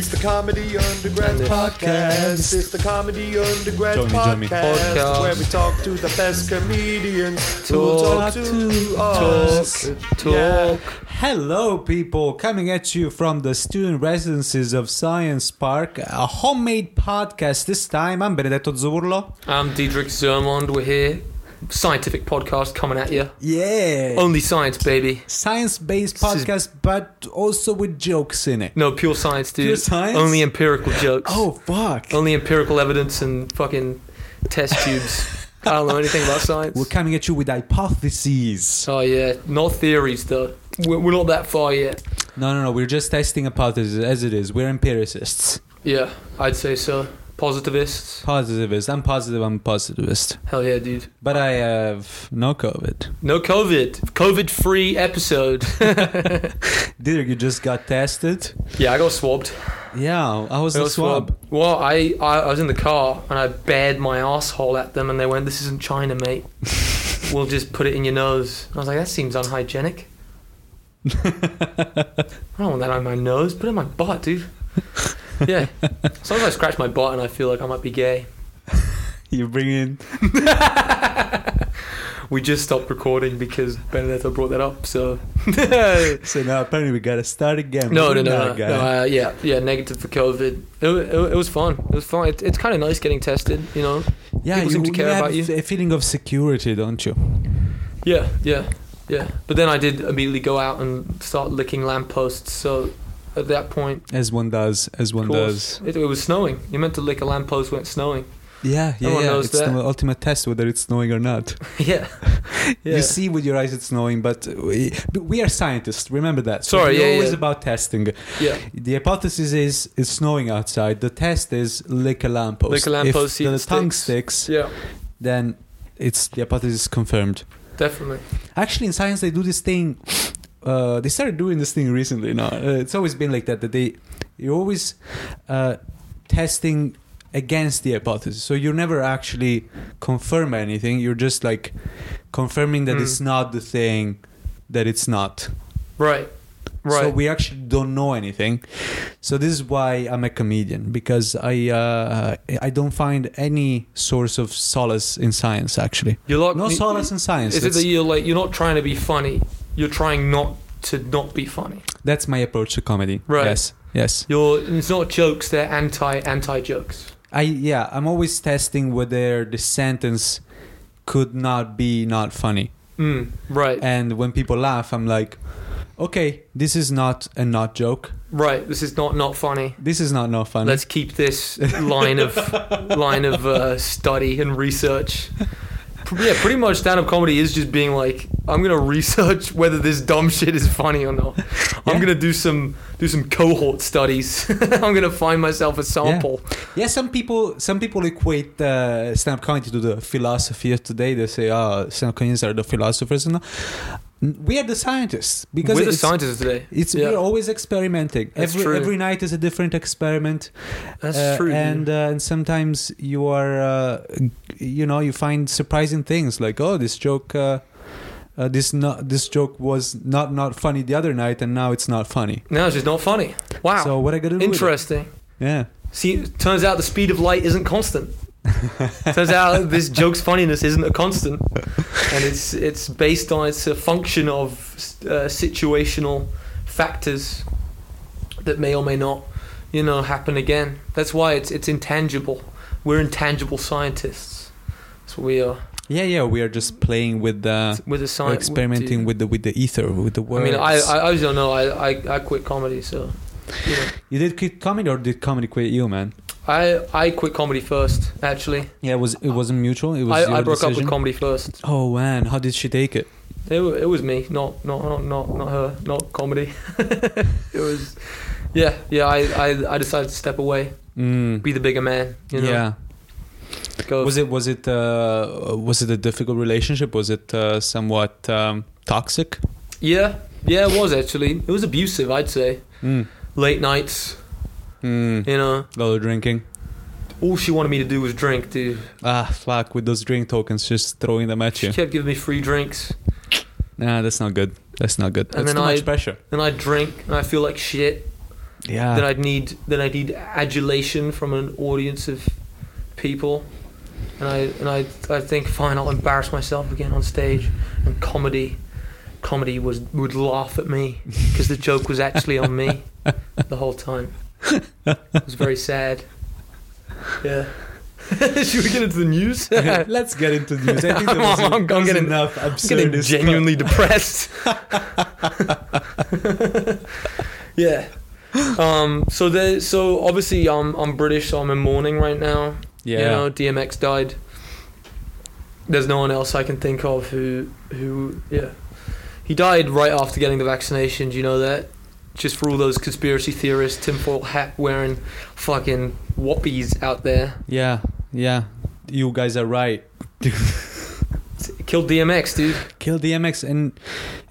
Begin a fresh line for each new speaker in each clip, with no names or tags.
It's the Comedy Undergrad Podcast. It's the Comedy Undergrad
Join me,
podcast,
join me.
Podcast.
where we talk to the best comedians who will talk
Talk
to, us. Yeah.
Hello, people, coming at you from the student residences of Science Park, a homemade podcast this time. I'm Benedetto Zurlo.
I'm Diedrich Zermond. We're here. Scientific podcast coming at you.
Yeah.
Only science, baby.
Science based
This is-
Um, podcast, but also with jokes in it.
No, pure science, dude.
Pure science?
Only empirical jokes.
Oh, fuck.
Only empirical evidence and fucking test tubes. I don't know anything about science.
We're coming at you with hypotheses.
oh, yeah. Not theories, though. We're, we're not that far yet.
No, no, no. We're just testing hypotheses as it is. We're empiricists.
Yeah, I'd say so. Positivists.
Positivist. I'm positive. I'm positivist.
Hell yeah, dude.
But I have no COVID.
No COVID. COVID free episode.
Didrik, you just got tested?
yeah, I got swabbed.
Yeah. I was
I
the
got
swab?
swabbed. Well, I, I I was in the car and I bared my asshole at them, and they went, "This isn't China, mate. we'll just put it in your nose." I was like, "That seems unhygienic. I don't want that on my nose. Put it in my butt, dude." Yeah. Sometimes I scratch my butt and I feel like I might be gay.
You bring in
We just stopped recording because Benedetto brought that up. So
So now apparently we gotta start again.
no, no, no, no,
We're not
no,
gonna-
uh, yeah, yeah, negative for COVID. It, wa- it, wa- it was fun. It was fun. It, it's kind of nice getting tested, you know.
yeah,
people
you,
seem to care
you have
about you.
a feeling of security, don't you?
Yeah, yeah, yeah. But then I did immediately go out and start licking lampposts. So at that point,
As one does, as one
of course,
does.
it, it was snowing. You meant to lick a lamppost when it's snowing.
Yeah, yeah,
Everyone
yeah.
knows
It's
that.
the ultimate test whether it's snowing or not.
yeah. yeah.
You see with your eyes it's snowing, but we, but we are scientists. Remember that. So
Sorry,
we're
yeah,
always
yeah.
about testing.
yeah.
The hypothesis is it's snowing outside. The test is lick a lamppost.
Lick a lamppost,
If
see
the
if it
tongue
sticks.
sticks,
Yeah.
then it's the hypothesis is confirmed.
Definitely.
Actually, in science, they do this thing. Uh, they started doing this thing recently. Now uh, it's always been like that. That they you're always uh, testing against the hypothesis, so you never actually confirm anything. You're just like confirming that
Mm.
it's not the thing that it's not.
Right. Right.
So we actually don't know anything. So this is why I'm a comedian because I uh, I don't find any source of solace in science. Actually,
you're like,
no
you-
solace in science.
Is it
It's-
that you're like you're not trying to be funny? You're trying not to not be funny.
That's my approach to comedy.
Right.
Yes. Yes.
You're. It's not jokes. They're anti anti jokes.
I yeah, I'm always testing whether the sentence could not be not funny.
Mm, right.
And when people laugh, I'm like, okay, this is not a not joke.
Right. This is not not funny.
This is not not funny.
Let's keep this line of line of uh, study and research. Pr- Yeah, pretty much stand-up comedy is just being like, I'm gonna research whether this dumb shit is funny or not.
Yeah.
I'm gonna do some do some cohort studies. I'm gonna find myself a sample.
yeah, some people some people equate uh, stand-up comedy to the philosophy of today. They say, oh, stand-up comedians are the philosophers. No, we are the scientists because
We're the
it's,
scientists today.
it's
Yeah.
we're always experimenting.
That's
every
true.
every night is a different experiment.
That's
Uh,
true. dude.
And uh, and sometimes you are, uh, g- you know, you find surprising things like, oh, this joke, uh, uh, this not this joke was not not funny the other night, and now it's not funny.
now it's just not funny. Wow.
So what I gotta do? with it?
Interesting.
Yeah.
See, turns out the speed of light isn't constant. turns out this joke's funniness isn't a constant, and it's it's based on it's a function of uh, situational factors that may or may not, you know, happen again. That's why it's it's intangible. We're intangible scientists. That's what we are.
Yeah, yeah. We are just playing with the,
We're the
we're
science.
experimenting with the with the ether, with the
I
words.
mean, I I, I just don't know. I, I I quit comedy, so you know,
you did quit comedy or did comedy quit you, man?
I I quit comedy first. Actually,
Yeah, it was it wasn't mutual. It was
I,
your
I broke up with
decision?
comedy first.
Oh man, how did she take it?
It, wa- it was me, not not not not, not her, not comedy. it was, yeah, yeah. I, I I decided to step away,
Mm.
be the bigger man. You know,
Yeah.
go.
was it was it uh, was it a difficult relationship was it uh, somewhat um, toxic
yeah, yeah. It was actually. It was abusive. I'd say
mm.
late nights.
Mm.
You know,
lot of drinking
all she wanted me to do was drink, dude.
ah fuck with those drink tokens just throwing them at
She
you
kept giving me free drinks,
nah that's not good that's not good
And
that's
then
too much
I-
pressure
and I drink, and I feel like shit.
Yeah.
Then I'd need then I'd need adulation from an audience of people, and I and I I think fine I'll embarrass myself again on stage and comedy, comedy was would laugh at me because the joke was actually on me the whole time. It was very sad. Yeah. Should we get into the news? I'm
Let's get into news. I think that was,
I'm- I'm
that was
getting-
enough
getting
absurdist
genuinely depressed. yeah. Um, so the so obviously I'm I'm British, so I'm in mourning right now.
stuff. Yeah.
You know, DMX died. There's no one else I can think of who who yeah. He died right after getting the vaccinations, you know that? Just for all those conspiracy theorists, tinfoil hat wearing fucking whoppies out there.
yeah. Yeah. You guys are right.
Killed DMX, dude.
Kill DMX. And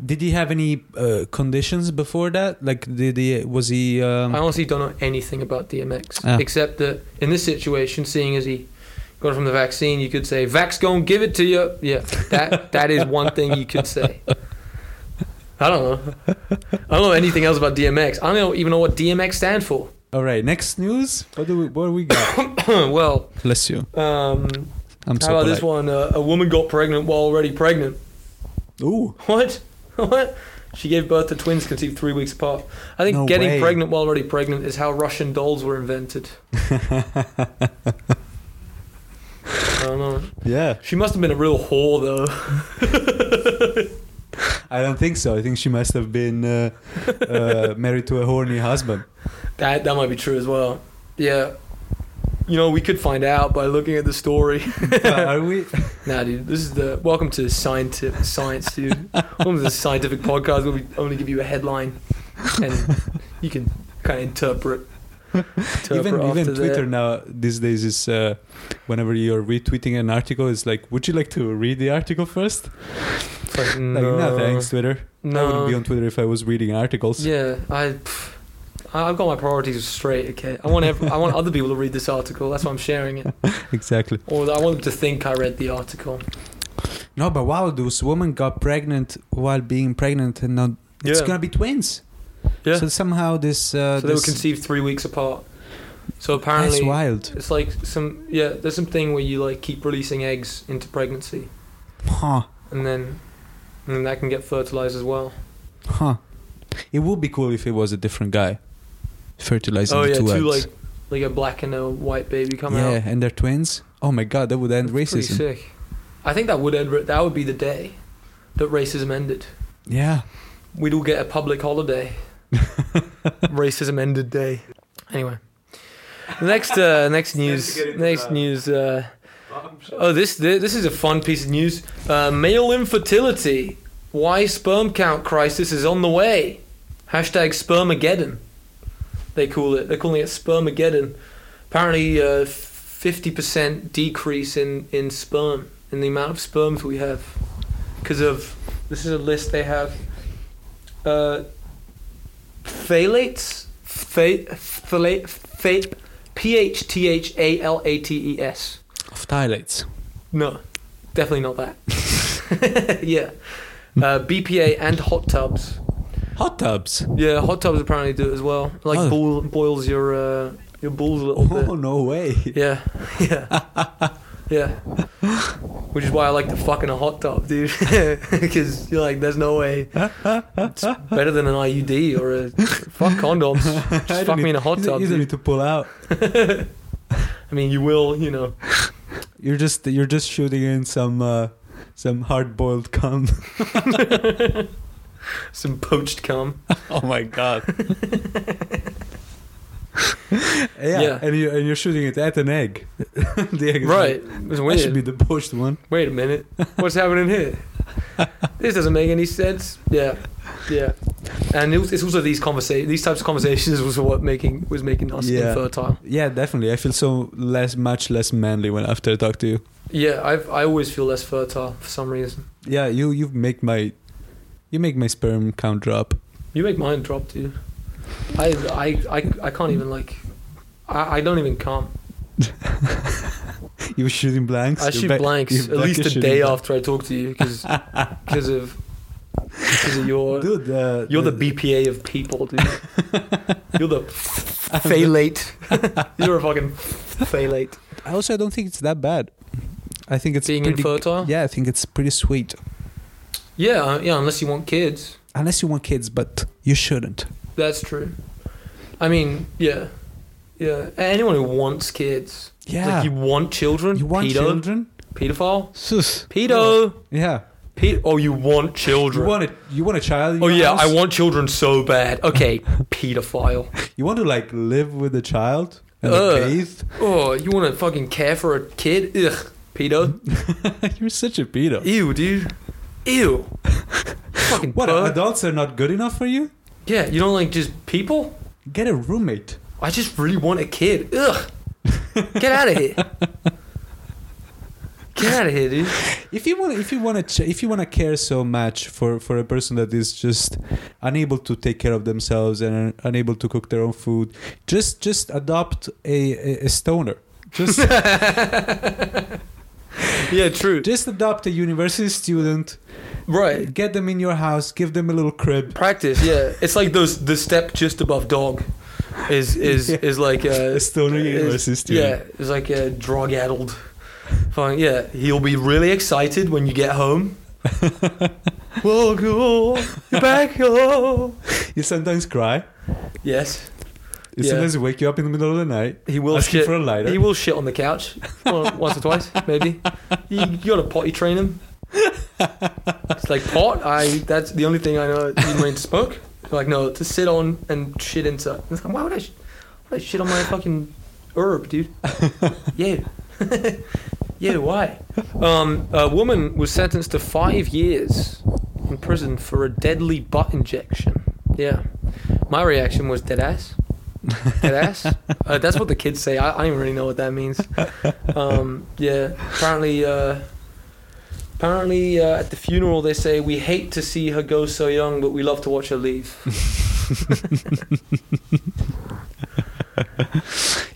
did he have any uh, conditions before that? Like, did he, was he? Um,
I honestly don't know anything about DMX
Ah.
except that in this situation, seeing as he got it from the vaccine, you could say "Vax gonna give it to you." Yeah, that that is one thing you could say. I don't know. I don't know anything else about DMX. I don't even know what DMX stand for.
all right. Next news. What do we? What do we got?
well,
Bless you.
um,
I'm
how
so
about this
polite.
one? Uh, a woman got pregnant while already pregnant.
Ooh.
What? What? She gave birth to twins conceived three weeks apart. I think
No
getting
way.
pregnant while already pregnant is how Russian dolls were invented. I don't know.
Yeah.
She must have been a real whore, though.
I don't think so. I think she must have been uh, uh, married to a horny husband.
That that might be true as well. Yeah. You know, we could find out by looking at the story.
Uh, are we?
nah, dude, this is the welcome to scientific science, dude. welcome to the scientific podcast where we only give you a headline, and you can kind of interpret. interpret
even even
after that.
Twitter now these days is uh, whenever you're retweeting an article, it's like, would you like to read the article first?
It's like,
Like,
no,
no, thanks, Twitter. I
No.
wouldn't be on Twitter if I was reading articles.
Yeah, I, pff, I- I've got my priorities straight. Okay, I want ev- I want other people to read this article. That's why I'm sharing it,
Exactly.
or I want them to think I read the article.
No, but wow, this woman got pregnant while being pregnant, and now it's
Yeah.
gonna be twins.
Yeah.
So somehow this. Uh,
so they were
this-
conceived three weeks apart. So
that's
apparently,
wild.
it's like some yeah. There's some thing where you like keep releasing eggs into pregnancy,
Huh.
and then and then that can get fertilized as well.
Huh. It would be cool if it was a different guy fertilizing
oh
the
yeah,
two
two
eggs.
like like a black and a white baby come
yeah,
out.
and they're twins. Oh my god, that would end
That's pretty
racism.
sick. I think that would end. ra- That would be the day that racism ended.
Yeah.
We'd all get a public holiday. Racism ended day. Anyway, next uh, next news.
get into
Next
that.
news. Uh, oh, this thi- this is a fun piece of news. Uh, male infertility. Why sperm count crisis is on the way. Hashtag spermageddon. They call it. They're calling it spermageddon. Apparently, uh, fifty percent decrease in in sperm in the amount of sperms we have because of. This is a list they have. Uh, phthalates, phtha- phthalate, phthate, P H T H A L A T E S.
Of phthalates.
No, definitely not that. yeah, uh, BPA and hot tubs.
Hot tubs.
Yeah, hot tubs apparently do it as well. Like
Oh.
boil, boils your uh, your balls a little bit.
Oh no way.
Yeah, yeah, yeah. Which is why I like to fuck in a hot tub, dude. Because you're like, there's no way. It's better than an IUD or a fuck condoms. Just fuck me in a hot
you don't-
tub.
You don't
dude.
need to pull out.
I mean, you will, you know.
You're just you're just shooting in some uh, some hard boiled cum.
Some poached cum.
oh my god. yeah,
Yeah.
and you and you're shooting it at an egg. the egg is
Right.
like,
It was
That should
weird.
be the poached one.
Wait a minute. What's happening here? This doesn't make any sense. Yeah. Yeah. And it was, it's also these conversa- these types of conversations was what making was making us
Yeah.
infertile.
Yeah, definitely. I feel so less, much less manly when after I talk to you.
Yeah, I've, I always feel less fertile for some reason.
Yeah, you you make my, you make my sperm count drop.
You make mine drop, dude. I I I, I can't even like. I, I don't even come.
You shooting blanks.
I
You're
shoot
back-
blanks
you're
at
back
least
to
a
shooting
day
blanks.
after I talk to you because of Because of your,
dude. Uh,
you're the BPA of people, dude. you're the phthalate. you're a fucking phthalate.
I also don't think it's that bad. I think it's
Being
pretty,
infertile.
Yeah, I think it's pretty sweet.
Yeah, uh, yeah. Unless you want kids,
Unless you want kids, but you shouldn't.
that's true. I mean, yeah, yeah. Anyone who wants kids, It's
Yeah,
like you
you,
want children,
want
pedo,
children?
pedophile,
Sus.
pedo,
Yeah,
pe- Oh, you want
you
children?
want it. You want a child? in
oh
your
yeah,
house?
I want children so bad. Okay, pedophile.
You want to like live with a child and
Ugh.
bathe?
Oh, you want to fucking care for a kid? Ugh, pedo.
You're such a pedo.
Ew, dude. Ew. fucking
What?
perv.
Adults are not good enough for you?
Yeah, you don't like just people?
Get a roommate.
I just really want a kid. Ugh. Get out of here. Get out of here, dude.
If you want, if you want to, ch- if you want to care so much for for a person that is just unable to take care of themselves and unable to cook their own food, just just adopt a a, a stoner. Just
Yeah, true.
just adopt a university student.
Right.
Get them in your house. Give them a little crib.
Practice, yeah. It's like those the step just above dog is is
Yeah.
is like uh
A stoner
is-
university student.
Yeah, it's like a drug addled. Fine, yeah. He'll be really excited when you get home. Welcome back home.
You sometimes cry.
Yes,
You
Yeah.
sometimes wake you up in the middle of the night.
he will
asking
shit.
for a lighter.
He will shit on the couch Well, once or twice, maybe. You, you gotta potty train him. It's like pot. I. That's the only thing I know. You mean to smoke? Like no, to sit on and shit inside. It's like, why would I? sh- Why would I shit on my fucking herb, dude? Yeah. yeah. Why? Um, a woman was sentenced to five years in prison for a deadly butt injection. Yeah. My reaction was dead ass. Dead ass. uh, that's what the kids say. I, I don't even really know what that means. Um, yeah. Apparently, uh, apparently uh, at the funeral they say we hate to see her go so young, but we love to watch her leave.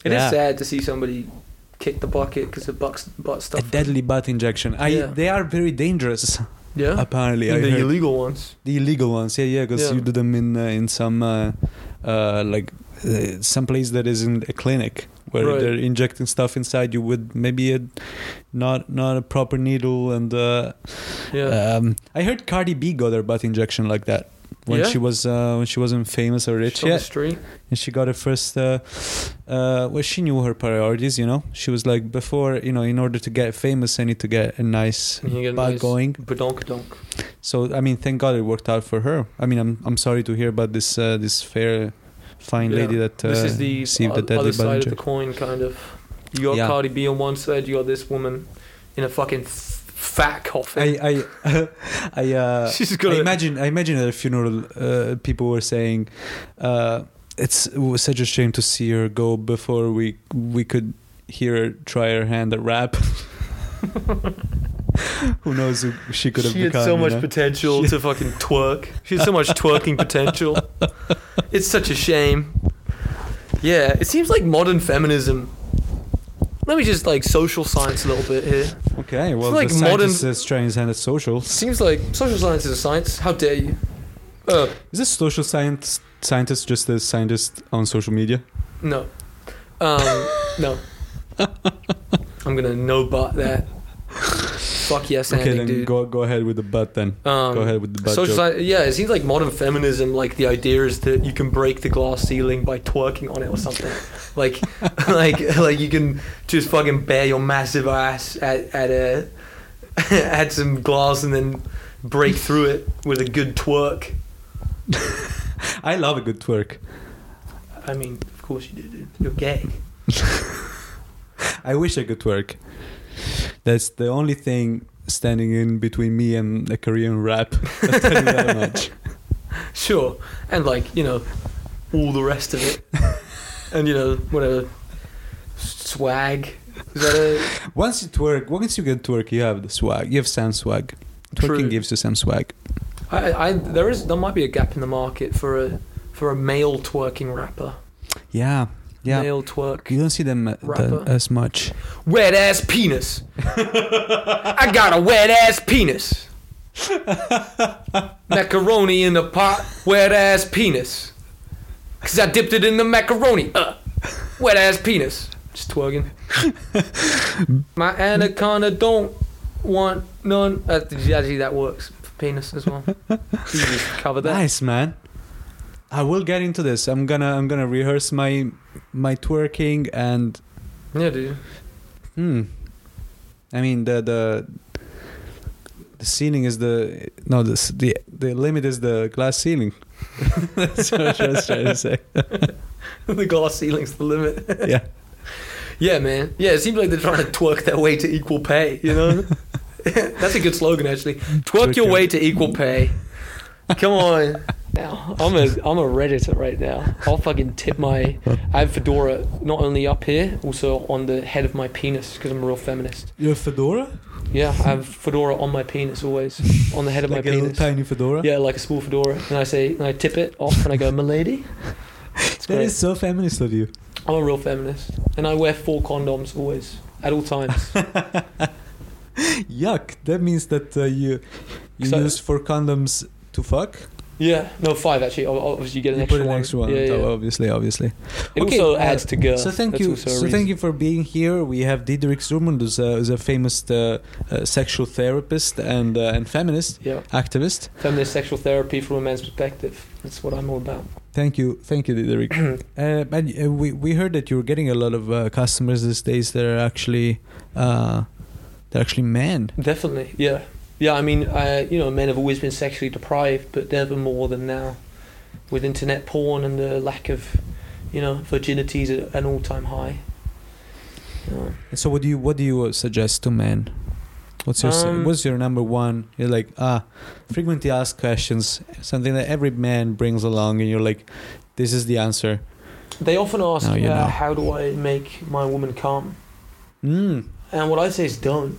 It is
Yeah.
sad to see somebody kick the bucket because of butt butt
A
stuff.
deadly butt injection. I,
Yeah.
They are very dangerous.
yeah.
Apparently, I
the
heard.
illegal ones.
The illegal ones, yeah, yeah, because
Yeah.
you do them in uh, in some uh, uh, like uh, some place that isn't a clinic where
Right.
they're injecting stuff inside you with maybe a not not a proper needle and uh,
Yeah.
um, I heard Cardi B got her butt injection like that when
Yeah?
she was uh, when she wasn't famous or rich
Shit on the
yet
street.
and she got her first uh, uh, well she knew her priorities you know she was like before you know in order to get famous I need to get a nice
You get a
butt
nice
going
Badonk donk.
so I mean, thank God it worked out for her. I mean, I'm I'm sorry to hear about this uh, this fair, fine
Yeah.
lady that uh,
this is the
received
o-
the deadly
other
butt
side of the
injury.
coin, kind of. You got
Yeah.
Cardi B on one side, you got this woman in a fucking f- fat coffin.
I I I, uh,
She's
I
gonna.
imagine I imagine at a funeral uh, people were saying, uh, it's it was such a shame to see her go before we we could hear her try her hand at rap. Who knows who she could have
she
become?
had so
you
much
know?
potential to fucking twerk. She had so much twerking potential. It's such a shame. Yeah, it seems like modern feminism. Let me just like social science a little bit here.
okay, well,
like
the
modern-
scientist is trying his hand at social.
Seems like social science is a science. How dare you? Uh,
Is this social science scientist just a scientist on social media?
No. Um, no. I'm gonna no bot that. Fuck yes, Andy,
okay, then
dude.
go go ahead with the butt then.
um,
go ahead with the butt
Social
joke.
sci- yeah, it seems like modern feminism, like the idea is that you can break the glass ceiling by twerking on it or something. like, like, like you can just fucking bare your massive ass at at a at some glass and then break through it with a good twerk.
I love a good twerk.
I mean, of course you do. Dude. You're gay.
I wish I could twerk. That's the only thing standing in between me and a Korean rap. I'll tell you that much.
Sure, and like you know, all the rest of it, and you know whatever swag. Is that a
Once you twerk, once you get twerk, you have the swag. You have some swag. Twerking
True.
gives you some swag.
I, I there is there might be a gap in the market for a for a male twerking rapper.
Yeah, yeah.
Male twerk.
You don't see them uh,
Rapper.
that, as much.
Wet ass penis. I got a wet ass penis. macaroni in the pot, wet ass penis. Cause I dipped it in the macaroni. Uh, wet ass penis. Just twerking. My anaconda don't want none. Uh, actually, that works. for Penis as well. Easy to cover that.
Nice, man. I will get into this. I'm gonna I'm gonna rehearse my my twerking and
Yeah, dude.
hmm. I mean the the the ceiling is the no the s- the, the limit is the glass ceiling. That's what I was trying to say.
the glass ceiling's the limit.
Yeah.
Yeah, man. Yeah, it seems like they're trying to twerk their way to equal pay, you know? That's a good slogan, actually. Twerk
Twerk
your
your-
way to equal pay. Come on. Now, I'm a I'm a redditor right now. I'll fucking tip my I have fedora not only up here, also on the head of my penis because I'm a real feminist.
Your fedora?
Yeah, I have fedora on my penis always, on the head of
Like
my
a little
penis.
tiny fedora?
Yeah, like a small fedora, and I say, and I tip it off, and I go, "Milady." It's
That is so feminist of you.
I'm a real feminist, and I wear four condoms always, at all times.
Yuck. That means that uh, you you
So-
use for condoms to fuck.
yeah, no, five actually. Ob- Obviously, you get an
you
extra
put an
one.
extra one.
Yeah,
on top,
yeah.
Obviously, obviously.
It
Okay,
also
uh,
adds to girl.
So thank you, so thank you for being here. We have Diederik Zurmund, who's a, who's a famous uh, uh, sexual therapist and uh, and feminist
Yeah,
activist.
feminist sexual therapy from a man's perspective. That's what I'm all about.
Thank you, thank you, Diederik. uh, and uh, we we heard that you're getting a lot of uh, customers these days that are actually uh, they're actually men.
Definitely, yeah, yeah. I mean, I, you know, men have always been sexually deprived, but never more than now, with internet porn and the lack of, you know, virginity is at an all-time high. Yeah.
So what do you what do you uh, suggest to men? What's your s
Um,
what's your number one? You're like ah, frequently asked questions, something that every man brings along, and you're like, this is the answer.
They often ask,
Now you
uh,
know.
"How do I make my woman calm?"
Mm.
And what I say is don't.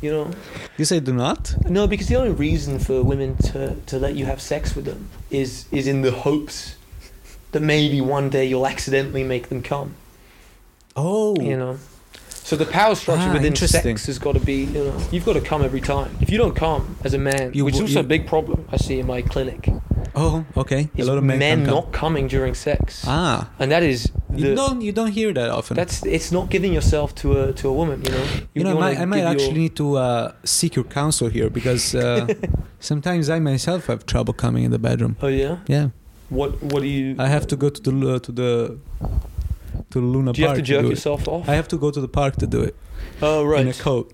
you know?
You say do not.
No, because the only reason for women to, to let you have sex with them is is in the hopes that maybe one day you'll accidentally make them come.
Oh,
You know? So the power structure
Ah,
within
interesting.
sex has got to be, you know, you've got to come every time. If you don't come as a man,
You
which is
w-
also
you-
a big problem I see in my clinic,
Oh, okay.
is
a lot of men, can come.
not coming during sex.
Ah,
And that is
you
the,
don't you don't hear that often.
that's it's not giving yourself to a to a woman, you know.
you know, I
wanna
might, I might
give your-
actually need to uh, seek your counsel here because uh, sometimes I myself have trouble coming in the bedroom.
Oh yeah.
Yeah,
What what do you?
I have to go to the lu- to the to Luna
Do you have
Park.
to jerk
do it.
yourself off?
I have to go to the park to do it
oh
in a
right.
coat.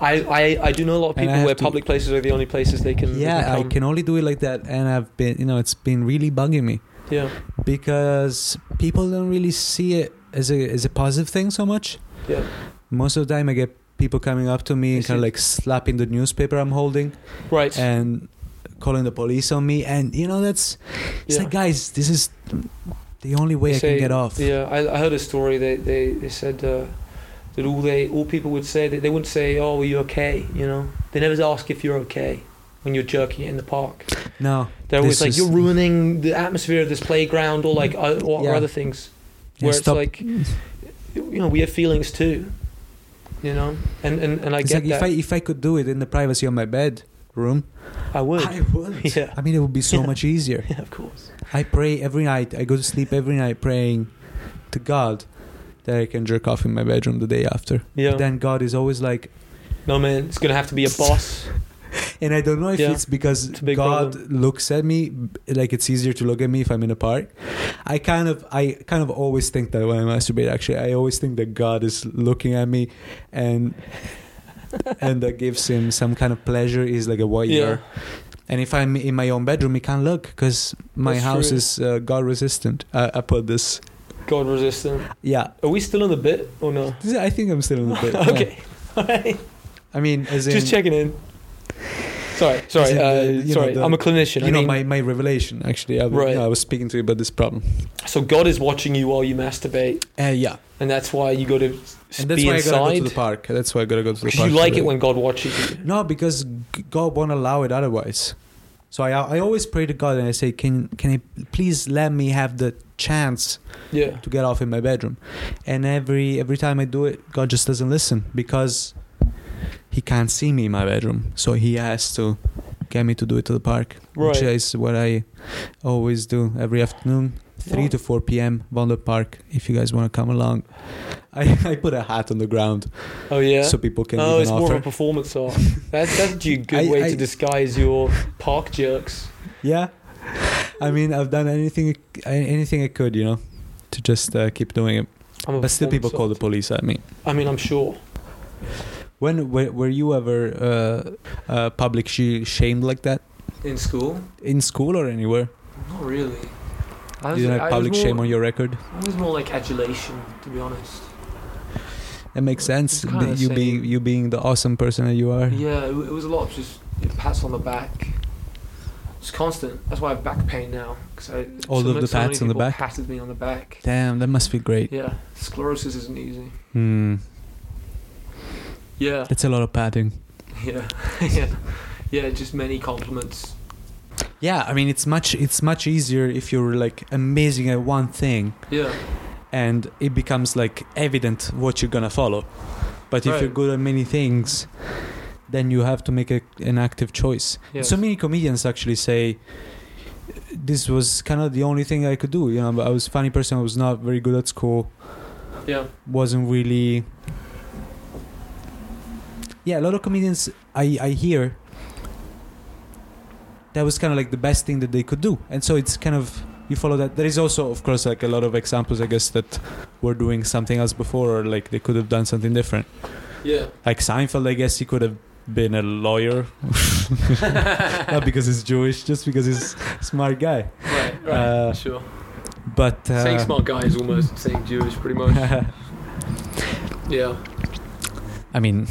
I, I I do know a lot of
And I
people where
have to-
public places are the only places they can. they
Yeah, I
come.
can only do it like that, and I've been you know it's been really bugging me
Yeah,
because people don't really see it as a as a positive thing so much.
yeah.
Most of the time, I get people coming up to me
I
and kind of
see.
like slapping the newspaper I'm holding.
Right.
and calling the police on me and you know that's it's
Yeah.
like guys this is the only way
They
i
say-
can get off
Yeah, I, I heard a story. They they they said uh, that all they all people would say that they wouldn't say, "Oh, are you okay?" You know, they never ask if you're okay when you're jerking it in the park.
no
They're always
This
like,
is-
"You're ruining the atmosphere of this playground," or like uh, or, or
Yeah.
other things.
Yeah,
Where it's
stop.
like, you know, we have feelings too. You know, and and and I
it's
get
like if i
that.
if i could do it in the privacy of my bedroom,
I, would.
i would
Yeah.
i mean it would be so
Yeah.
much easier
yeah, of course.
i pray every night i go to sleep every night praying to god that i can jerk off in my bedroom the day after
Yeah.
then god is always like
No man, it's gonna have to be a boss.
and i don't know if
Yeah.
it's because
It's a big
god looks at me like it's easier to look at me if i'm in a park i kind of i kind of always think that when i masturbate actually i always think that god is looking at me and and that gives him some kind of pleasure he's like a warrior and if i'm in my own bedroom he can't look because my
That's
house
true.
is uh, god resistant I, I put this
God resistant.
yeah
Are we still on the bit or no?
This- i think i'm still in the bit yeah.
okay. Alright.
i mean as in,
Just checking in. Sorry, sorry,
Is it
uh,
the- you know,
sorry.
the-
I'm a clinician.
you
I
know
mean,
my, my revelation actually I,
Right.
I was speaking to you about this problem
so God is watching you while you masturbate,
uh, yeah
and that's why you got to
And that's
be
why I gotta
inside.
go to the park. That's why I gotta go to the
Because
park.
you like
today.
it when God watches you.
No, because g- God won't allow it otherwise. So I I always pray to God and I say, can can you please let me have the chance
Yeah,
to get off in my bedroom? And every every time I do it, God just doesn't listen because he can't see me in my bedroom, so he has to get me to do it to the park, which
Right.
is what I always do every afternoon. 3
Wow.
to 4 p.m. Vonda Park. If you guys want to come along, I, I put a hat on the ground
Oh yeah.
so people can
oh,
even
it's more
offer.
of a performance art. That's that's actually a good
I-
way
I-
to disguise your park jerks.
yeah, I mean, I've done anything, anything I could, you know, to just uh, keep doing it.
I'm a
But still, people call the
performance
police at me.
art. I mean, I'm sure.
When were, were you ever uh, uh, public sh- shamed like that
In school,
in school or anywhere?
not really. I
You didn't have public shame on your record.
It was more like adulation, to be honest.
That makes sense.
It's kinda
that You
the
being
same.
you being the awesome person that you are.
Yeah, it, it was a lot of just you know, pats on the back. It's constant. That's why I have back pain now. Cause I,
All
so
of
ma-
Oh, the
so many
pats on the
people
back?
patted me on the back.
Damn, that must feel great.
Yeah, sclerosis isn't easy.
Hmm,
Yeah,
that's a lot of padding.
yeah, yeah, yeah. Just many compliments.
Yeah, I mean it's much it's much easier if you're like amazing at one thing
Yeah,
and it becomes like evident what you're gonna follow. But if
Right.
you're good at many things, then you have to make a, an active choice.
yeah.
So many comedians actually say this was kind of the only thing I could do. You know, I was a funny person. I was not very good at school.
yeah,
Wasn't really. Yeah, a lot of comedians I I hear that was kind of like the best thing that they could do, and so it's kind of you follow that. There is also, of course, like a lot of examples, I guess, that were doing something else before, or like they could have done something different.
yeah.
Like Seinfeld, I guess he could have been a lawyer, not because he's Jewish, just because he's a smart guy.
right, right.
uh,
sure.
But uh,
saying smart guy is almost saying Jewish, pretty much. yeah.
I mean,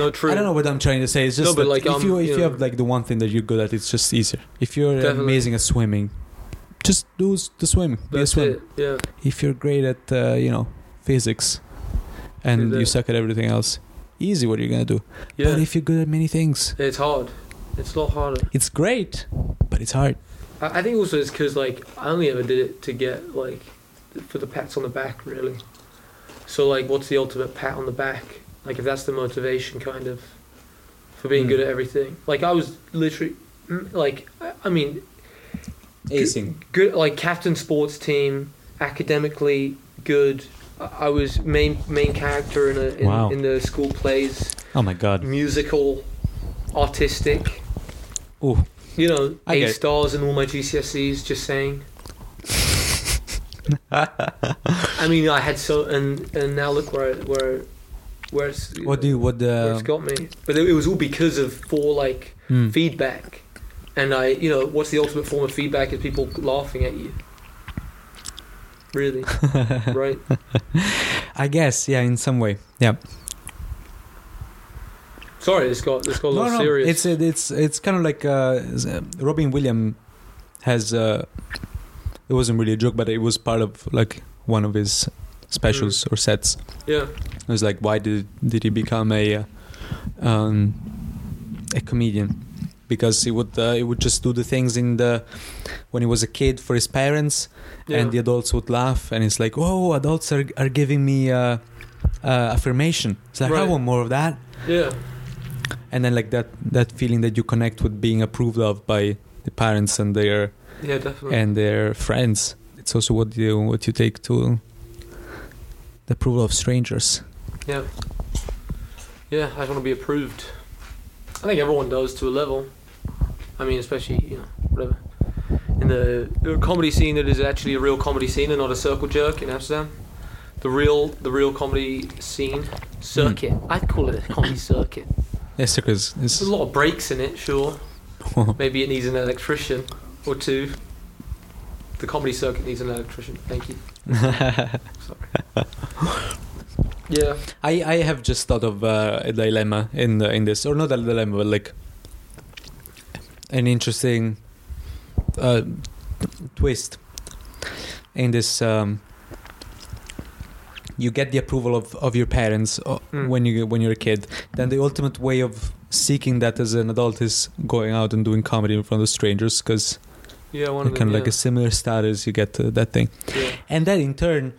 No, true.
I don't know what I'm trying to say. It's
No,
just
but
that
like,
if
um,
you if
you
you,
know.
have like the one thing that you're good at, it's just easier. If you're
Definitely.
amazing at swimming, just do s- the swimming. Be a
That's
swimmer.
it. Yeah.
If you're great at uh, you know physics, and
Do
you
that.
suck at everything else, easy. What are you gonna do?
Yeah.
But if you're good at many things,
it's hard. It's a lot harder.
it's great, but it's hard.
I, I think also it's because like I only ever did it to get like for the pats on the back really. So like, what's the ultimate pat on the back? Like if that's the motivation, kind of, for being
Mm.
good at everything. Like I was literally, mm, like I- I mean,
Acing.
good like captain sports team, academically good. I I was main main character in a in,
Wow.
in the school plays,
Oh my
Mm.
god.
musical, artistic.
Ooh.
You know,
I
A
get it.
stars in all my GCSEs. Just saying. I mean, I had so, and and now look where where where it's
What do you what uh,
where it's
the
got me. But it, it was all because of for like
mm,
feedback, and I, you know, what's the ultimate form of feedback is people laughing at you. Really, right?
I guess yeah in some way yeah
Sorry, this got this got a
no,
little
no,
serious.
It's it's it's kind of like uh, Robin Williams has. Uh, it wasn't really a joke, but it was part of like one of his specials
Mm.
or sets.
yeah,
It was like, why did did he become a uh, um, a comedian? Because he would uh, he would just do the things in the when he was a kid for his parents,
yeah,
and the adults would laugh, and it's like, oh, adults are are giving me uh, uh, affirmation. It's like I
Right.
want more of that
yeah,
and then like that that feeling that you connect with being approved of by the parents and their
yeah, definitely.
and their friends it's also what you what you take to the approval of strangers
Yeah. Yeah, I just want to be approved. I think everyone does to a level. I mean, especially, you know, whatever. In the the comedy scene that is actually a real comedy scene and not a circle jerk in Amsterdam. The real the real comedy scene circuit.
Hmm.
I'd call it a comedy circuit.
yes because it's
There's a lot of breaks in it, sure. Maybe it needs an electrician or two. The comedy circuit needs an electrician. Thank you.
I,
Sorry. yeah.
I have just thought of uh, a dilemma in the, in this or not a dilemma but like an interesting uh, twist in this um, you get the approval of, of your parents uh,
Mm.
when you when you're a kid then the ultimate way of seeking that as an adult is going out and doing comedy in front of strangers because
Yeah, one
kind
of
of
them.
like a similar status you get uh, that thing
yeah. yeah.
and that in turn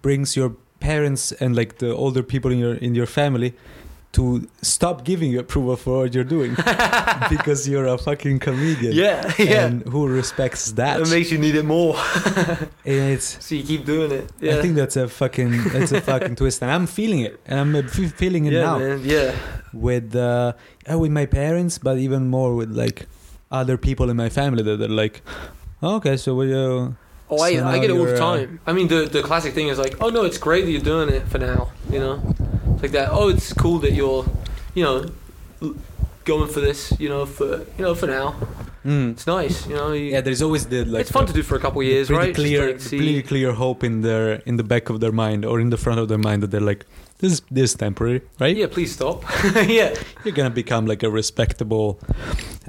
brings your parents and like the older people in your in your family to stop giving you approval for what you're doing because you're a fucking comedian.
yeah, yeah.
And who respects that?
it makes you need it more,
It's.
so you keep doing it. Yeah.
I think that's a fucking that's a fucking twist, and I'm feeling it, and I'm f- feeling it
yeah,
now
man, yeah,
with uh, uh, with my parents, but even more with like other people in my family that are like, okay, so we uh,
Oh, I,
So
I
now
get it all the
you're, uh,
time. I mean, the the classic thing is like, oh no, it's great that you're doing it for now. You know, it's like that. Oh, it's cool that you're, you know, l- going for this. You know, for you know, for now,
mm.
it's nice. You know, you,
yeah, there's always the like.
it's fun
the-
to do for a couple
the
years,
pretty
right? Just,
Clear,
like, see-
pretty clear hope in their in the back of their mind or in the front of their mind that they're like, this is this is temporary, right?
Yeah, please stop. yeah,
You're gonna become like a respectable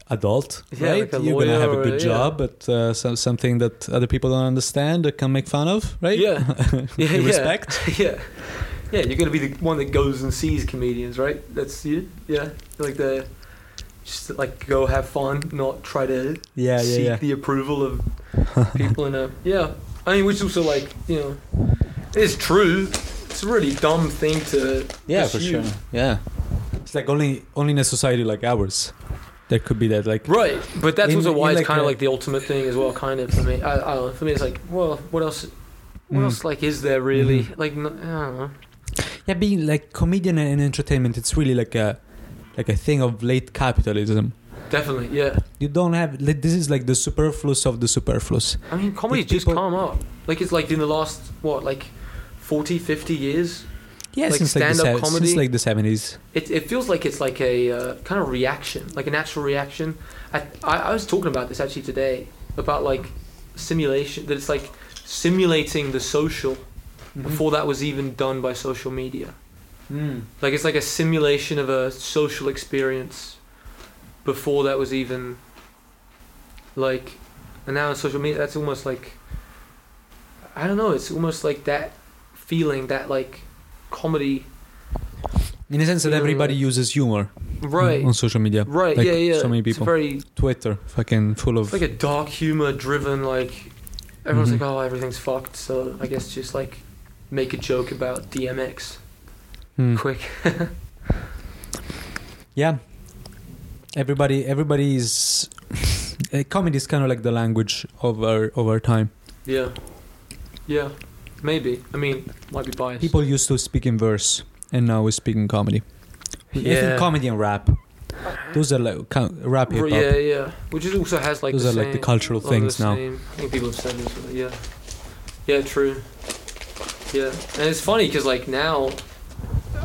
adult,
Yeah,
right?
like a
You're gonna have a
lawyer
good
or- yeah.
job, but uh, some, something that other people don't understand that can make fun of, right?
Yeah. yeah,
With
yeah.
respect.
yeah, yeah. You're gonna be the one that goes and sees comedians, right? That's you. Yeah, like the just like go have fun, not try to
Yeah, yeah,
seek
yeah.
the approval of people in a yeah. I mean, which is also like you know, it's true. It's a really dumb thing to pursue.
Yeah, it's like only only in a society like ours, there could be that. Like,
Right, but that's
In-
also why
in
it's
like
kind
a-
of like the ultimate thing as well. Kind of for me, I, I don't know. For me, it's like, well, what else? What
Mm.
else like is there really?
Mhm.
Like, n- I don't know.
yeah, being like comedian and entertainment, it's really like a like a thing of late capitalism.
Definitely, yeah.
You don't have like, this is like the superfluous of the superfluous.
I mean, comedy's
Like,
just
people-
come up. Like it's like in the last what, like 40, 50 years,
Yeah,
Like
since, like the
stand-up
se-
comedy?
since like the seventies.
it, it feels like it's like a uh, kind of reaction, like a natural reaction. I, I I was talking about this actually today about like simulation that it's like simulating the social before that was even done by social media.
Mm.
Like it's like a simulation of a social experience before that was even like and now on social media that's almost like I don't know, it's almost like that feeling that like comedy
In a sense that
Yeah,
everybody
like-
uses humor
right
on social media.
right
like
yeah yeah
so many
it's
people.
very
Twitter, fucking full of
it's like a dark humor driven like everyone's
Mhm.
like oh everything's fucked so I guess just like make a joke about DMX
Hmm.
quick
yeah. Everybody, everybody is. uh, comedy is kind of like the language of our of our time.
yeah yeah maybe I mean might be biased
People used to speak in verse, and now we speak in comedy. I think comedy and rap. Those are like kind of rap hip
Right,
hop.
Yeah, yeah. Which is also has like
Those
the
are
same,
like the
a
cultural
lot of
things
the
now.
same- I think people have said this. but Yeah, yeah, true. Yeah, and it's funny because like now,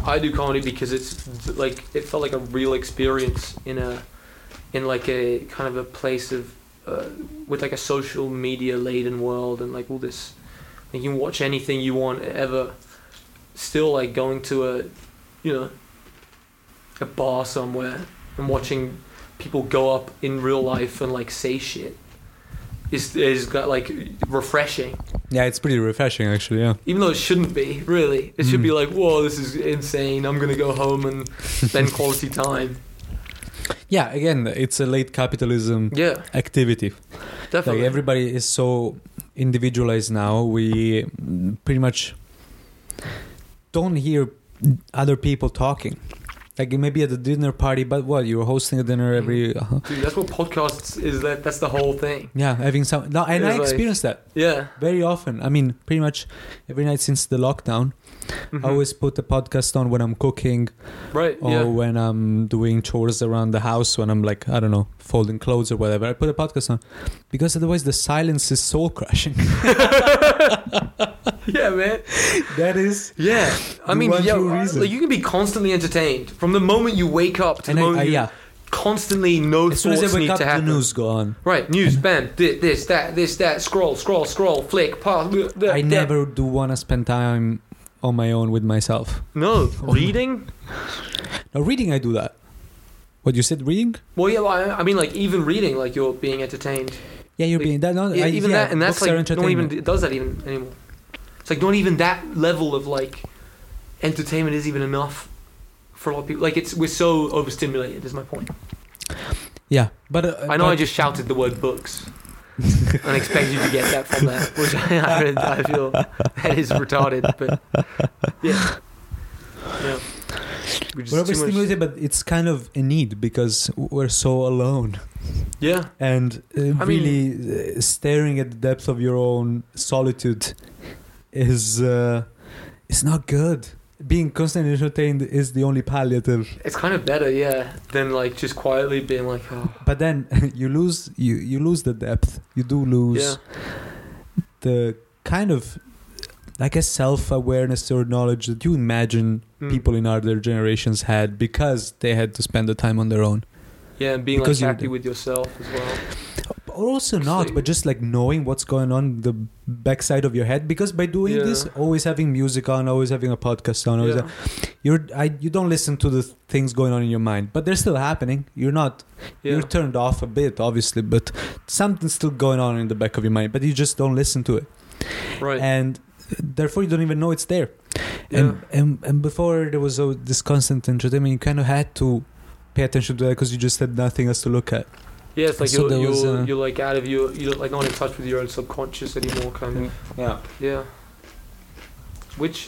I do comedy because it's like it felt like a real experience in a, in like a kind of a place of, uh, with like a social media laden world and like all this, like you can watch anything you want ever. Still like going to a, you know, a bar somewhere and watching people go up in real life and like say shit is is got like refreshing.
Yeah, it's pretty refreshing actually. Yeah.
Even though it shouldn't be, really. It should be
Mm.
like, whoa, this is insane. I'm gonna go home and spend quality time.
Yeah. Again, it's a late capitalism
Yeah,
activity.
definitely.
Like everybody is so individualized now. We mm, pretty much don't hear other people talking. Like maybe at the dinner party, but what you're hosting a dinner every. uh
Dude, that's what podcasts is. That that's the whole thing.
Yeah, having some. No, and I
It's like-
experienced that
Yeah.
very often. I mean, pretty much every night since the lockdown,
Mhm.
I always put a podcast on when I'm cooking
right.
or
yeah.
when I'm doing chores around the house, when I'm like, I don't know, folding clothes or whatever. I put a podcast on because otherwise the silence is soul crushing.
Yeah, man.
that is.
Yeah. I
The
mean,
one
yeah,
true reason.
like you can be constantly entertained from the moment you wake up to
And
the
I,
moment
I,
you
yeah,
constantly no
as soon
thoughts
as I wake
need
up,
to
the
happen.
news go on.
Right, news, bam, this, this, that, this, that, scroll, scroll, scroll, flick, pause. bleh, bleh,
I
bleh.
never do want to spend time on my own with myself.
No,
Oh
reading?
Now, reading, I do that. What you said, reading?
Well, yeah, well, I, I mean, like, even reading, like, you're being entertained.
Yeah, you're
Like,
being that. No,
Yeah,
Oh, I,
even
yeah,
that, and that's,
books are
like, no one even
entertainment.
d- does that even anymore. It's like, not even that level of, like, entertainment is even enough for a lot of people. Like, it's we're so overstimulated, is my point.
Yeah, but uh,
I know
but,
I just shouted the word books. and expect you to get that from that, which I, I feel that is retarded, but yeah. yeah. Which is too
We're
much-
overstimulated, but it's kind of a need because we're so alone
Yeah.
and uh,
I mean-
really uh, staring at the depth of your own solitude is uh, it's not good. Being constantly entertained is the only palliative.
It's kind of better, yeah, than like just quietly being like, oh,
But then you lose you you lose the depth. You do lose
yeah,
the kind of I guess self awareness or knowledge that you imagine
Mm.
people in other generations had because they had to spend the time on their own.
yeah, and being like
because you-
happy with yourself as well.
Or also
It's
not,
like-
but just like knowing what's going on in the backside of your head. Because by doing
Yeah.
this, always having music on, always having a podcast on, always
Yeah.
you're I, you don't listen to the th- things going on in your mind, but they're still happening. You're not
Yeah.
you're turned off a bit, obviously, but something's still going on in the back of your mind, but you just don't listen to it,
right.
and therefore you don't even know it's there.
yeah.
And, and and before there was uh, this constant entertainment, you kind of had to pay attention to that because you just had nothing else to look at.
yeah, it's like
so
you're
there
you're,
was, uh,
you're like out of your you're like not in touch with your own subconscious anymore, kind of.
Yeah.
Yeah. Which,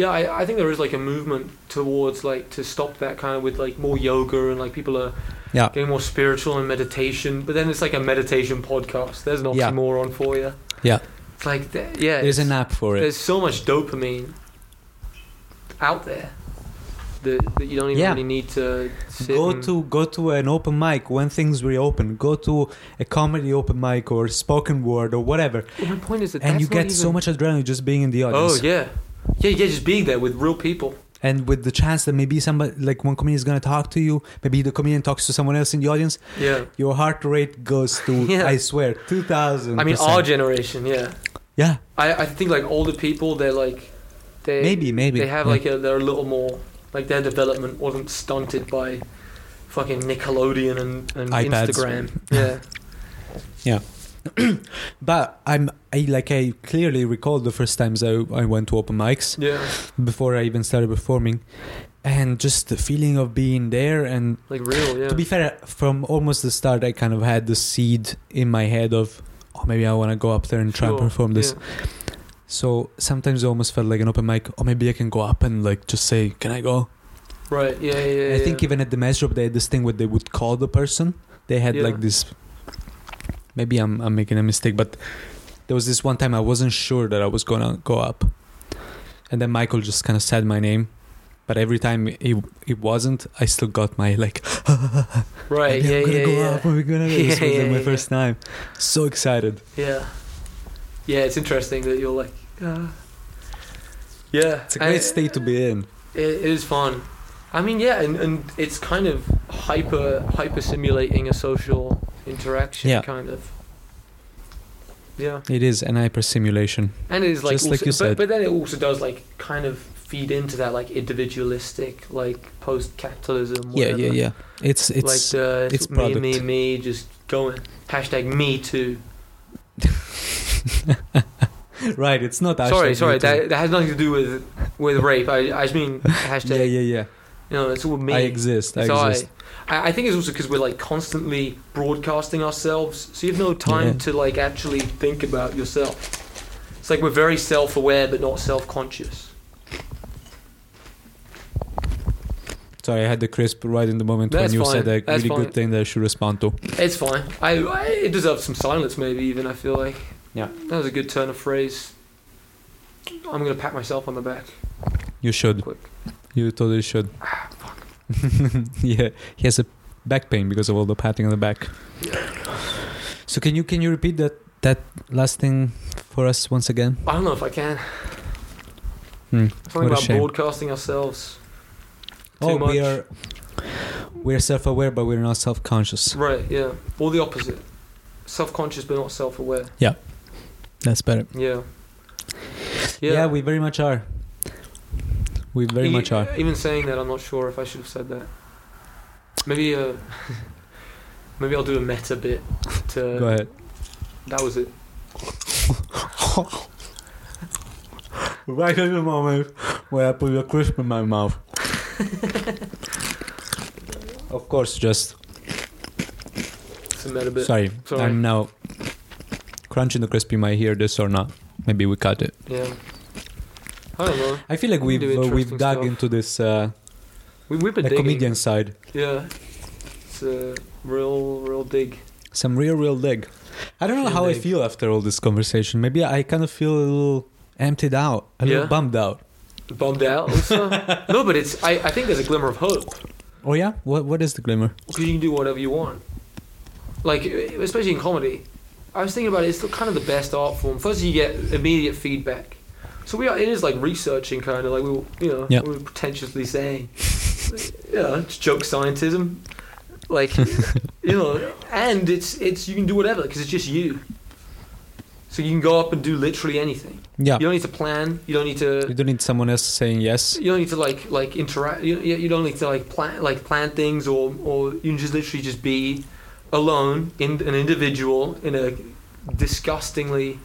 yeah, I, I think there is like a movement towards like to stop that kind of with like more yoga and like people are
Yeah.
getting more spiritual and meditation. But then it's like a meditation podcast. There's an
Yeah.
oxymoron for you.
Yeah.
It's like th- yeah.
There's
it's-
an app for it.
There's so much dopamine out there that, that you don't even
Yeah.
really need to sit
Go
and-
to go to an open mic when things reopen. Go to a comedy open mic or spoken word or whatever.
Well, my point is that
and
that's
you
not
get so
even-
much adrenaline just being in the audience
Oh yeah, yeah, yeah. Just being there with real people.
and with the chance that maybe somebody like one comedian is going to talk to you maybe the comedian talks to someone else in the audience
Yeah.
your heart rate goes to
Yeah.
i swear 2000
I mean, our generation. Yeah.
yeah
I, I think like older people, they're like, they
Maybe, maybe,
they have
yeah.
like a, they're a little more like their development wasn't stunted by fucking Nickelodeon and, and
iPads.
Instagram. Yeah.
but i'm I, like i clearly recall the first times I, I went to open mics
Yeah.
before i even started performing and just the feeling of being there and
Like real. Yeah.
to be fair from almost the start i kind of had the seed in my head of oh maybe i want to go up there and try
Sure,
and perform this
yeah.
So sometimes it almost felt like an open mic, or maybe I can go up and like just say, "Can I go?"
Right. Yeah. Yeah.
And I think
yeah.
even at the match drop, they had this thing where they would call the person. They had
Yeah.
like this. Maybe I'm I'm making a mistake, but there was this one time I wasn't sure that I was gonna go up, and then Michael just kind of said my name, but every time it it wasn't, I still got my like.
Right.
"Maybe
Yeah.
I'm gonna
Yeah.
go
Yeah.
up. Are we gonna? go?" this
Yeah,
was like
yeah,
my
yeah.
first time. So excited.
Yeah. Yeah, it's interesting that you're like, uh, yeah.
It's a great
and
state to be in.
It, it is fun. I mean, yeah, and, and it's kind of hyper hyper simulating a social interaction,
Yeah.
kind of. Yeah,
It is an hyper simulation.
and it is like,
Just like
also-
you
but,
said.
but then it also does like kind of feed into that like individualistic, like post capitalism.
Yeah, yeah, yeah. It's it's
like the
it's
me, me,
product.
me, just going hashtag me too.
right. It's not.
sorry,
hashtag
sorry.
me too.
That, that has nothing to do with with rape. I, I just mean hashtag.
Yeah, yeah, yeah.
You know, it's all me.
I exist. I
It's I.
exist.
I, I think it's also because we're like constantly broadcasting ourselves, so you have no time
Yeah.
to like actually think about yourself. It's like we're very self-aware but not self-conscious.
Sorry, I had the crisp right in the moment
That's
when you
fine.
said a
That's
really
fine.
good thing that I should respond to.
It's fine. I, I it deserves some silence, maybe even. I feel like.
Yeah.
That was a good turn of phrase. I'm gonna pat myself on the back.
You should.
Quick. Ah,
You totally should. yeah, he has a back pain because of all the patting on the back. So can you can you repeat that that last thing for us once again?
I don't know if I can.
Hmm.
Something
What a
about
shame.
broadcasting ourselves. Too
oh, we
much.
are we are self-aware, but we're not self-conscious.
Right, yeah. Or the opposite. Self conscious but not self aware.
That's better.
Yeah.
Yeah, we very much are. We very
E-
much are.
Even saying that, I'm not sure if I should have said that. Maybe uh, maybe I'll do a meta bit. To,
Go ahead.
That was it.
Right at the moment where I put the crisp in my mouth. of course, just
It's a meta bit.
sorry,
Sorry.
I'm now crunching the crisp. You might hear this or not. Maybe we cut it.
Yeah. I don't know.
I feel like
We
we've
do
uh, we've
interesting
dug
stuff.
into this uh,
We, we've been
the
digging.
comedian side.
Yeah. It's a real, real dig.
Some real, real leg. I don't know
Real
how I
dig.
feel after all this conversation. Maybe I kind of feel a little emptied out, a little
Yeah.
bummed out.
Bummed out also. no, but it's, I, I think there's a glimmer of hope.
Oh yeah, what what is the glimmer?
because you can do whatever you want. Like especially in comedy, I was thinking about it. It's still kind of the best art form. First, you get immediate feedback. So we are. It is like researching, kind of like we, were- you know,
Yeah.
we were pretentiously saying, you know, it's joke scientism. Like, you know, and it's it's you can do whatever because it's just you. So you can go up and do literally anything.
Yeah,
You don't need to plan. You don't need
you
to.
don't need someone else saying yes.
You don't need to like like interact. You, you you don't need to like plan like plan things or or you can just literally just be alone in an individual in a disgustingly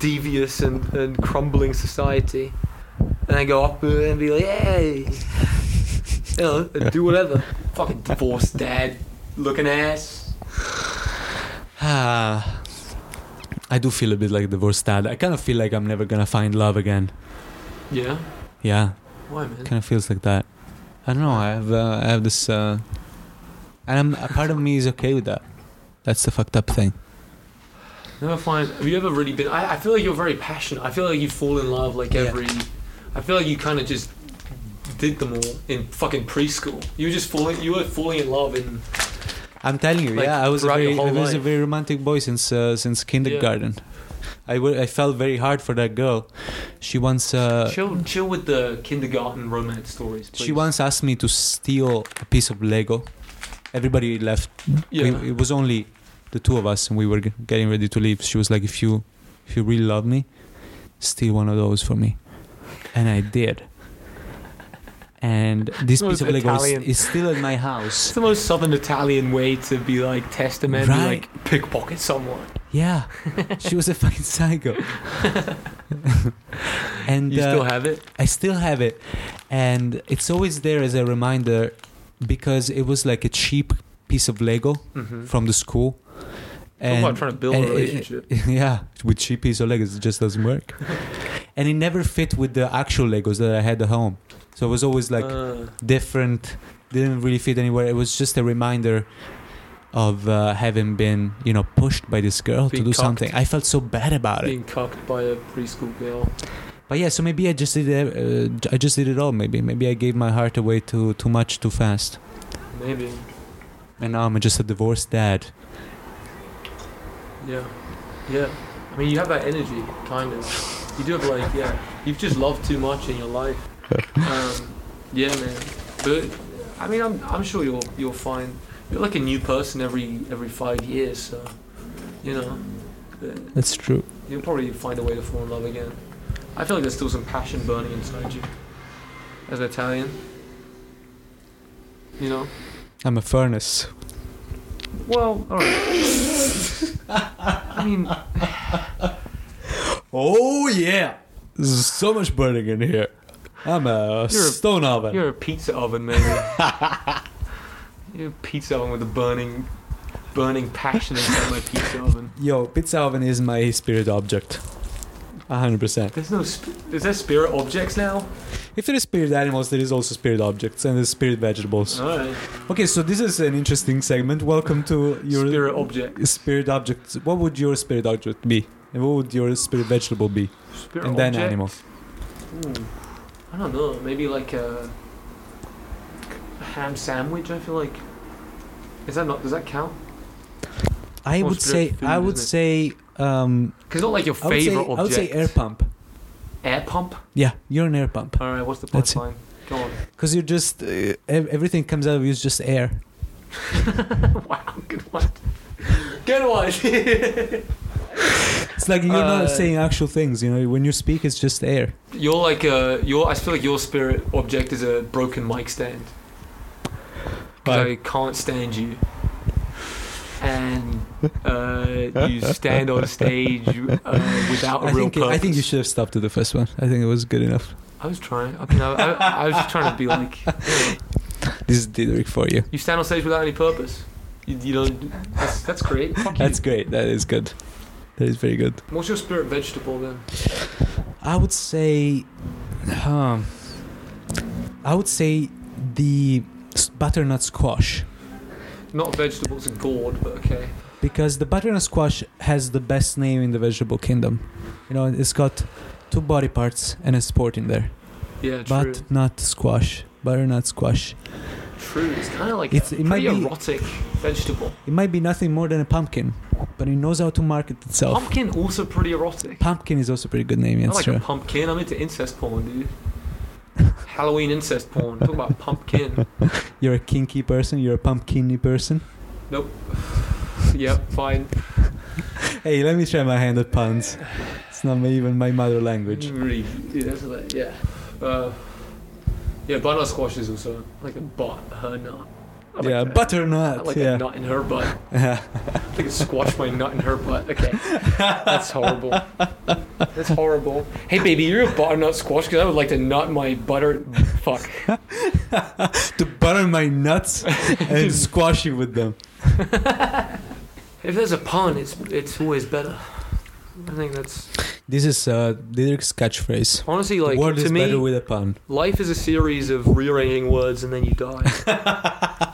devious and, and crumbling society, and then go up and be like, hey, you know, and do whatever. Fucking divorced dad, looking ass.
Ah, I do feel a bit like divorced dad. I kind of feel like I'm never gonna find love again.
Yeah.
Yeah,
Why, man?
kind of feels like that. I don't know. I have uh, I have this, uh, and I'm, a part of me is okay with that. That's the fucked up thing.
Never find. Have you ever really been? I, I feel like you're very passionate. I feel like you fall in love like
Yeah.
every. I feel like you kind of just did them all in fucking preschool. You were just falling. You were falling in love in.
I'm telling you,
Like,
yeah, I was a
throughout your
very, I
whole
was a
life.
very romantic boy since uh, since kindergarten. I wa- I felt very hard for that girl. She once uh,
chill, chill with the kindergarten romance stories.
she once asked me to steal a piece of Lego. Everybody left.
Yeah.
We, it was only the two of us, and we were g- getting ready to leave. She was like, "If you if you really love me, steal one of those for me," and I did. And this
It
piece
was
of Lego is,
Italian.
is still in my house.
It's the most southern Italian way to be like testament,
Right.
like pickpocket someone.
Yeah, she was a fucking psycho. and
You
uh,
still have it?
I still have it, and it's always there as a reminder because it was like a cheap piece of Lego
Mm-hmm.
from the school.
Talk about trying to build a
and it-
relationship.
yeah, with cheap piece of Legos, it just doesn't work. and it never fit with the actual Legos that I had at home. So it was always like
Uh,
different, didn't really fit anywhere. It was just a reminder of uh, having been, you know, pushed by this girl to
Being
do
cocked.
something. I felt so bad about it.
being cucked by a preschool girl.
But yeah, so maybe I just did it, uh, I just did it all. Maybe maybe I gave my heart away too too much too fast,
Maybe.
and now I'm just a divorced dad.
Yeah, yeah. I mean, you have that energy, kind of. You do have like, yeah. You've just loved too much in your life. Um, yeah, man. But I mean, I'm I'm sure you'll you'll find you're like a new person every every five years. So you know, uh,
That's true.
you'll probably find a way to fall in love again. I feel like there's still some passion burning inside you, as an Italian. You know.
I'm a furnace.
Well, all right. I mean,
Oh yeah, there's so much burning in here. I'm a
You're a-
stone oven.
You're a pizza oven, maybe. You're a pizza oven with a burning, burning passion inside my pizza oven.
Yo, pizza oven is my spirit object. 100%.
There's no. Sp- is there spirit objects now?
If there is spirit animals, there is also spirit objects and there's spirit vegetables.
All right.
Okay, so this is an interesting segment. Welcome to your
spirit object.
spirit objects. What would your spirit object be? And what would your spirit vegetable be?
Spirit
and then
object? Hmm.
animal.
Ooh, I don't know. Maybe like a, a ham sandwich. I feel like. Is that not? Does that count?
I
Or
would say
spirit food,
I would
isn't it?
say um
Because not like your
I would say,
favorite
I would
object.
say air pump.
Air pump.
Yeah, you're an air pump
All right. What's the
That's it.
punchline? Go on.
because you're just uh, ev- everything comes out of you is just air.
wow. Good one. Good one.
It's like you're not
Uh,
saying actual things. You know, when you speak, it's just air.
You're like a your. I feel like your spirit object is a broken mic stand. 'Cause I can't stand you, and uh, you stand on stage uh, without a
I
real
think
purpose.
I think you should have stopped at the first one. I think it was good enough.
I was trying. I mean, I, I, I was just trying to be like. You, know,
This is Diederik for you.
you stand on stage without any purpose. You, you don't. That's, that's great. Fuck you.
That's great. That is good. That is very good.
What's your spirit vegetable then?
I would say, um, I would say the s- butternut squash
Not a vegetable, it's a gourd, but okay.
because the butternut squash has the best name in the vegetable kingdom. You know, it's got two body parts and a sport in there.
Yeah, true.
But not squash. Butternut squash.
True. It's kind of like
It's-
a
it might
pretty
be-
erotic vegetable.
It might be nothing more than a pumpkin, but it knows how to market itself.
Pumpkin also pretty erotic.
pumpkin is also a pretty good name,
I
yeah,
like
it's true.
a pumpkin. I'm into incest porn, dude. Halloween incest porn. Talk about pumpkin.
You're a kinky person, you're a pumpkiny person.
Nope. Yep, fine.
Hey, let me try my hand at puns. It's not my, even my mother language.
Really, dude, that's like, yeah. Uh, yeah, butternut squash is also like a butt, her nut. I like
yeah,
that. I
butternut.
like
yeah.
a nut in her butt. I think squash my nut in her butt. Okay, that's horrible. That's horrible. Hey, baby, you're a butternut squash because I would like to nut my butter. Fuck.
to butter my nuts and squash you with them.
If there's a pun, it's it's always better. I think that's
This is uh, Didrik's catchphrase.
honestly like
Word
to
is
me,
better with a pun.
life is a series of rearranging words and then you die.